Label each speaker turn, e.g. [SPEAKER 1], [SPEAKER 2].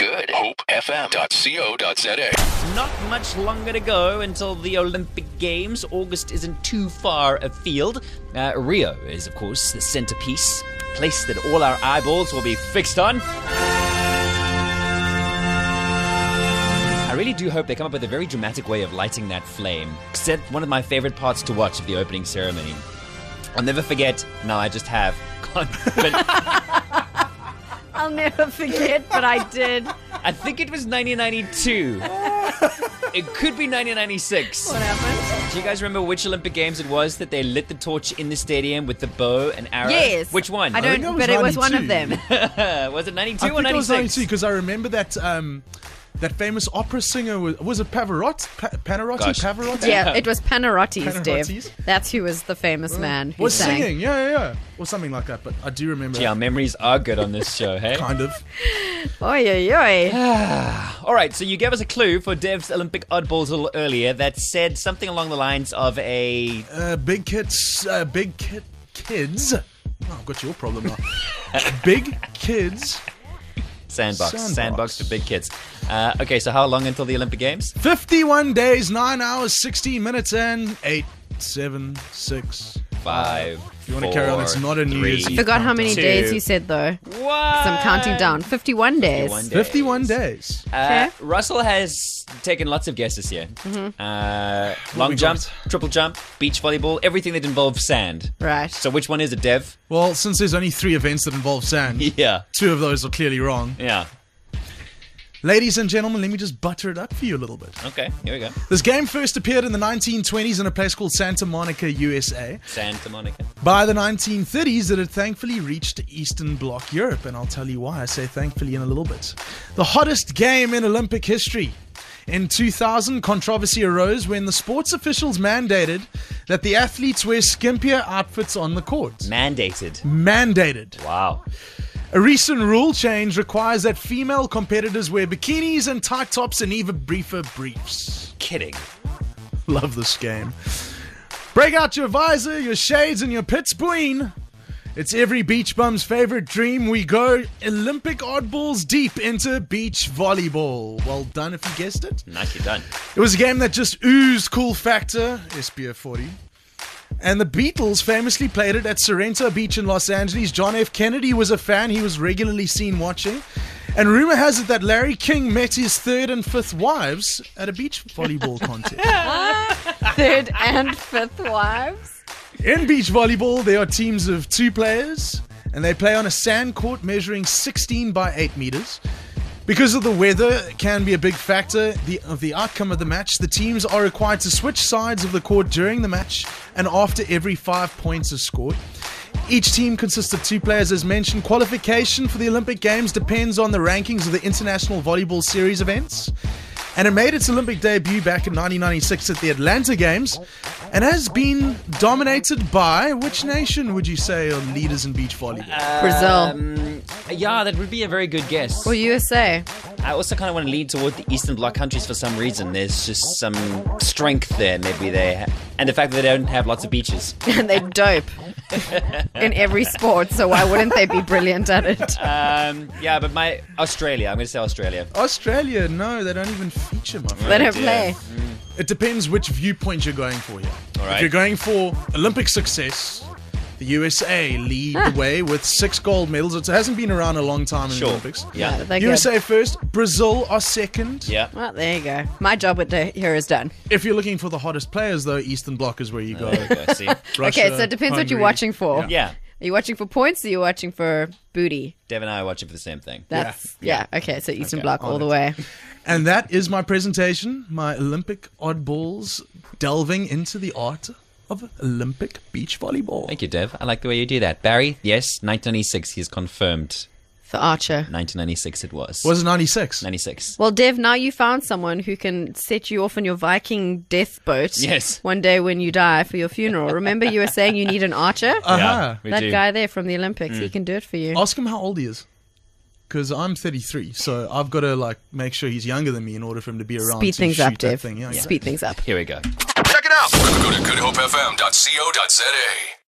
[SPEAKER 1] at hopefm.co.za.
[SPEAKER 2] Not much longer to go until the Olympic Games. August isn't too far afield. Uh, Rio is, of course, the centerpiece, place that all our eyeballs will be fixed on. I really do hope they come up with a very dramatic way of lighting that flame. 'cause that's one of my favorite parts to watch of the opening ceremony. I'll never forget. Now I just have. Confident.
[SPEAKER 3] I'll never forget, but I did.
[SPEAKER 2] I think it was 1992. it could be 1996.
[SPEAKER 3] What happened?
[SPEAKER 2] Do you guys remember which Olympic Games it was that they lit the torch in the stadium with the bow and arrow?
[SPEAKER 3] Yes.
[SPEAKER 2] Which one?
[SPEAKER 3] I don't,
[SPEAKER 4] think it was
[SPEAKER 3] but it was one of
[SPEAKER 4] 92.
[SPEAKER 3] them.
[SPEAKER 2] Uh, was it 92
[SPEAKER 4] I
[SPEAKER 2] or
[SPEAKER 4] think it was 92
[SPEAKER 2] 96?
[SPEAKER 4] because I remember that um, that famous opera singer was, was it Pavarotti? Pa- Pavarotti?
[SPEAKER 2] Gosh.
[SPEAKER 4] Pavarotti?
[SPEAKER 3] yeah, it was Panarotti's,
[SPEAKER 4] Panarottis?
[SPEAKER 3] Dave. That's who was the famous man who
[SPEAKER 4] was
[SPEAKER 3] sang.
[SPEAKER 4] singing. Yeah, yeah, yeah, or something like that. But I do remember.
[SPEAKER 2] Yeah, our
[SPEAKER 4] that,
[SPEAKER 2] memories are good on this show, hey?
[SPEAKER 4] kind of.
[SPEAKER 3] Oi, oi, oi.
[SPEAKER 2] All right, so you gave us a clue for Dev's Olympic Oddballs a little earlier that said something along the lines of a.
[SPEAKER 4] Uh, big kids, uh, big kid, kids. Oh, I've got your problem now. big kids,
[SPEAKER 2] Sandbox. Sandbox,
[SPEAKER 4] Sandbox.
[SPEAKER 2] for big kids. Uh, okay, so how long until the Olympic Games?
[SPEAKER 4] fifty-one days, nine hours, sixty minutes, and eight, seven, six.
[SPEAKER 2] Five.
[SPEAKER 4] If you want to carry on, it's not a New Year's Eve.
[SPEAKER 3] Forgot how many
[SPEAKER 2] Two.
[SPEAKER 3] days you said, though.
[SPEAKER 2] What?
[SPEAKER 3] So I'm counting down. 51 days.
[SPEAKER 2] 51 days.
[SPEAKER 4] Fifty-one days.
[SPEAKER 2] Uh,
[SPEAKER 3] Okay.
[SPEAKER 2] Russell has taken lots of guesses here. Uh, long
[SPEAKER 4] we
[SPEAKER 2] jump,
[SPEAKER 4] got?
[SPEAKER 2] triple jump, beach volleyball, everything that involves sand.
[SPEAKER 3] Right.
[SPEAKER 2] So which one is it, Dev?
[SPEAKER 4] Well, since there's only three events that involve sand,
[SPEAKER 2] Yeah.
[SPEAKER 4] two of those are clearly wrong.
[SPEAKER 2] Yeah.
[SPEAKER 4] Ladies and gentlemen, let me just butter it up for you a little bit.
[SPEAKER 2] Okay, here we go.
[SPEAKER 4] This game first appeared in the 1920s in a place called Santa Monica, USA.
[SPEAKER 2] Santa Monica.
[SPEAKER 4] By the 1930s, it had thankfully reached Eastern Bloc Europe, and I'll tell you why I say thankfully in a little bit. The hottest game in Olympic history. In 2000, controversy arose when the sports officials mandated that the athletes wear skimpier outfits on the court.
[SPEAKER 2] Mandated.
[SPEAKER 4] Mandated.
[SPEAKER 2] Wow.
[SPEAKER 4] A recent rule change requires that female competitors wear bikinis and tight tops and even briefer briefs.
[SPEAKER 2] Kidding.
[SPEAKER 4] Love this game. Break out your visor, your shades, and your pits queen. It's every beach bum's favorite dream. We go Olympic oddballs deep into beach volleyball. Well done if you guessed it.
[SPEAKER 2] Nicely done.
[SPEAKER 4] It was a game that just oozed cool factor, SPF 40. And the Beatles famously played it at Sorrento Beach in Los Angeles. John F. Kennedy was a fan, he was regularly seen watching. And rumor has it that Larry King met his third and fifth wives at a beach volleyball contest.
[SPEAKER 3] Third and fifth wives.
[SPEAKER 4] In beach volleyball, there are teams of two players, and they play on a sand court measuring 16 by 8 meters. Because of the weather can be a big factor the, of the outcome of the match, the teams are required to switch sides of the court during the match and after every five points is scored. Each team consists of two players, as mentioned. Qualification for the Olympic Games depends on the rankings of the International Volleyball Series events. And it made its Olympic debut back in 1996 at the Atlanta Games and has been dominated by which nation would you say are leaders in beach volleyball?
[SPEAKER 3] Brazil.
[SPEAKER 2] Um, yeah, that would be a very good guess.
[SPEAKER 3] or USA.
[SPEAKER 2] I also kind of want to lean toward the Eastern Bloc countries for some reason. There's just some strength there, maybe there. And the fact that they don't have lots of beaches.
[SPEAKER 3] And they dope in every sport, so why wouldn't they be brilliant at it?
[SPEAKER 2] Um, yeah, but my. Australia. I'm going to say Australia.
[SPEAKER 4] Australia, no, they don't even feature, my friend.
[SPEAKER 3] Let her
[SPEAKER 2] dear.
[SPEAKER 3] play.
[SPEAKER 4] It depends which viewpoint you're going for here.
[SPEAKER 2] All right.
[SPEAKER 4] If you're going for Olympic success, the USA lead the way with six gold medals. It hasn't been around a long time in
[SPEAKER 2] Sure.
[SPEAKER 4] the Olympics.
[SPEAKER 2] Yeah.
[SPEAKER 3] They're good.
[SPEAKER 4] USA first, Brazil are second.
[SPEAKER 2] Yeah.
[SPEAKER 3] Well, there you go. My job with the here is done.
[SPEAKER 4] If you're looking for the hottest players, though, Eastern Bloc is where you go.
[SPEAKER 2] There you go, see?
[SPEAKER 4] Russia,
[SPEAKER 3] okay, so it depends what you're
[SPEAKER 4] Hungary.
[SPEAKER 3] watching for.
[SPEAKER 2] Yeah.
[SPEAKER 3] Are you watching for points or are you watching for booty?
[SPEAKER 2] Dev and I are watching for the same thing.
[SPEAKER 3] That's yeah. Okay, so Eastern
[SPEAKER 2] Okay,
[SPEAKER 3] Bloc all the way.
[SPEAKER 4] And that is my presentation, my Olympic oddballs, delving into the art of Olympic beach volleyball.
[SPEAKER 2] Thank you, Dev. I like the way you do that. Barry, yes, 1996. He's confirmed.
[SPEAKER 3] For Archer.
[SPEAKER 2] 1996 it was.
[SPEAKER 4] Was it 96?
[SPEAKER 2] 96.
[SPEAKER 3] Well, Dev, now you found someone who can set you off in your Viking death boat.
[SPEAKER 2] Yes.
[SPEAKER 3] One day when you die for your funeral. Remember, you were saying you need an archer?
[SPEAKER 4] Uh-huh.
[SPEAKER 2] we
[SPEAKER 3] that
[SPEAKER 2] do.
[SPEAKER 3] guy there from the Olympics, he can do it for you.
[SPEAKER 4] Ask him how old he is. Because I'm 33, so I've got to like make sure he's younger than me in order for him to be around.
[SPEAKER 3] Speed
[SPEAKER 4] to
[SPEAKER 3] things
[SPEAKER 4] shoot
[SPEAKER 3] up,
[SPEAKER 4] that
[SPEAKER 3] Dev.
[SPEAKER 4] thing. Yeah,
[SPEAKER 3] Speed things up.
[SPEAKER 2] Here we go.
[SPEAKER 1] Check it out. Go to goodhopefm.co.za.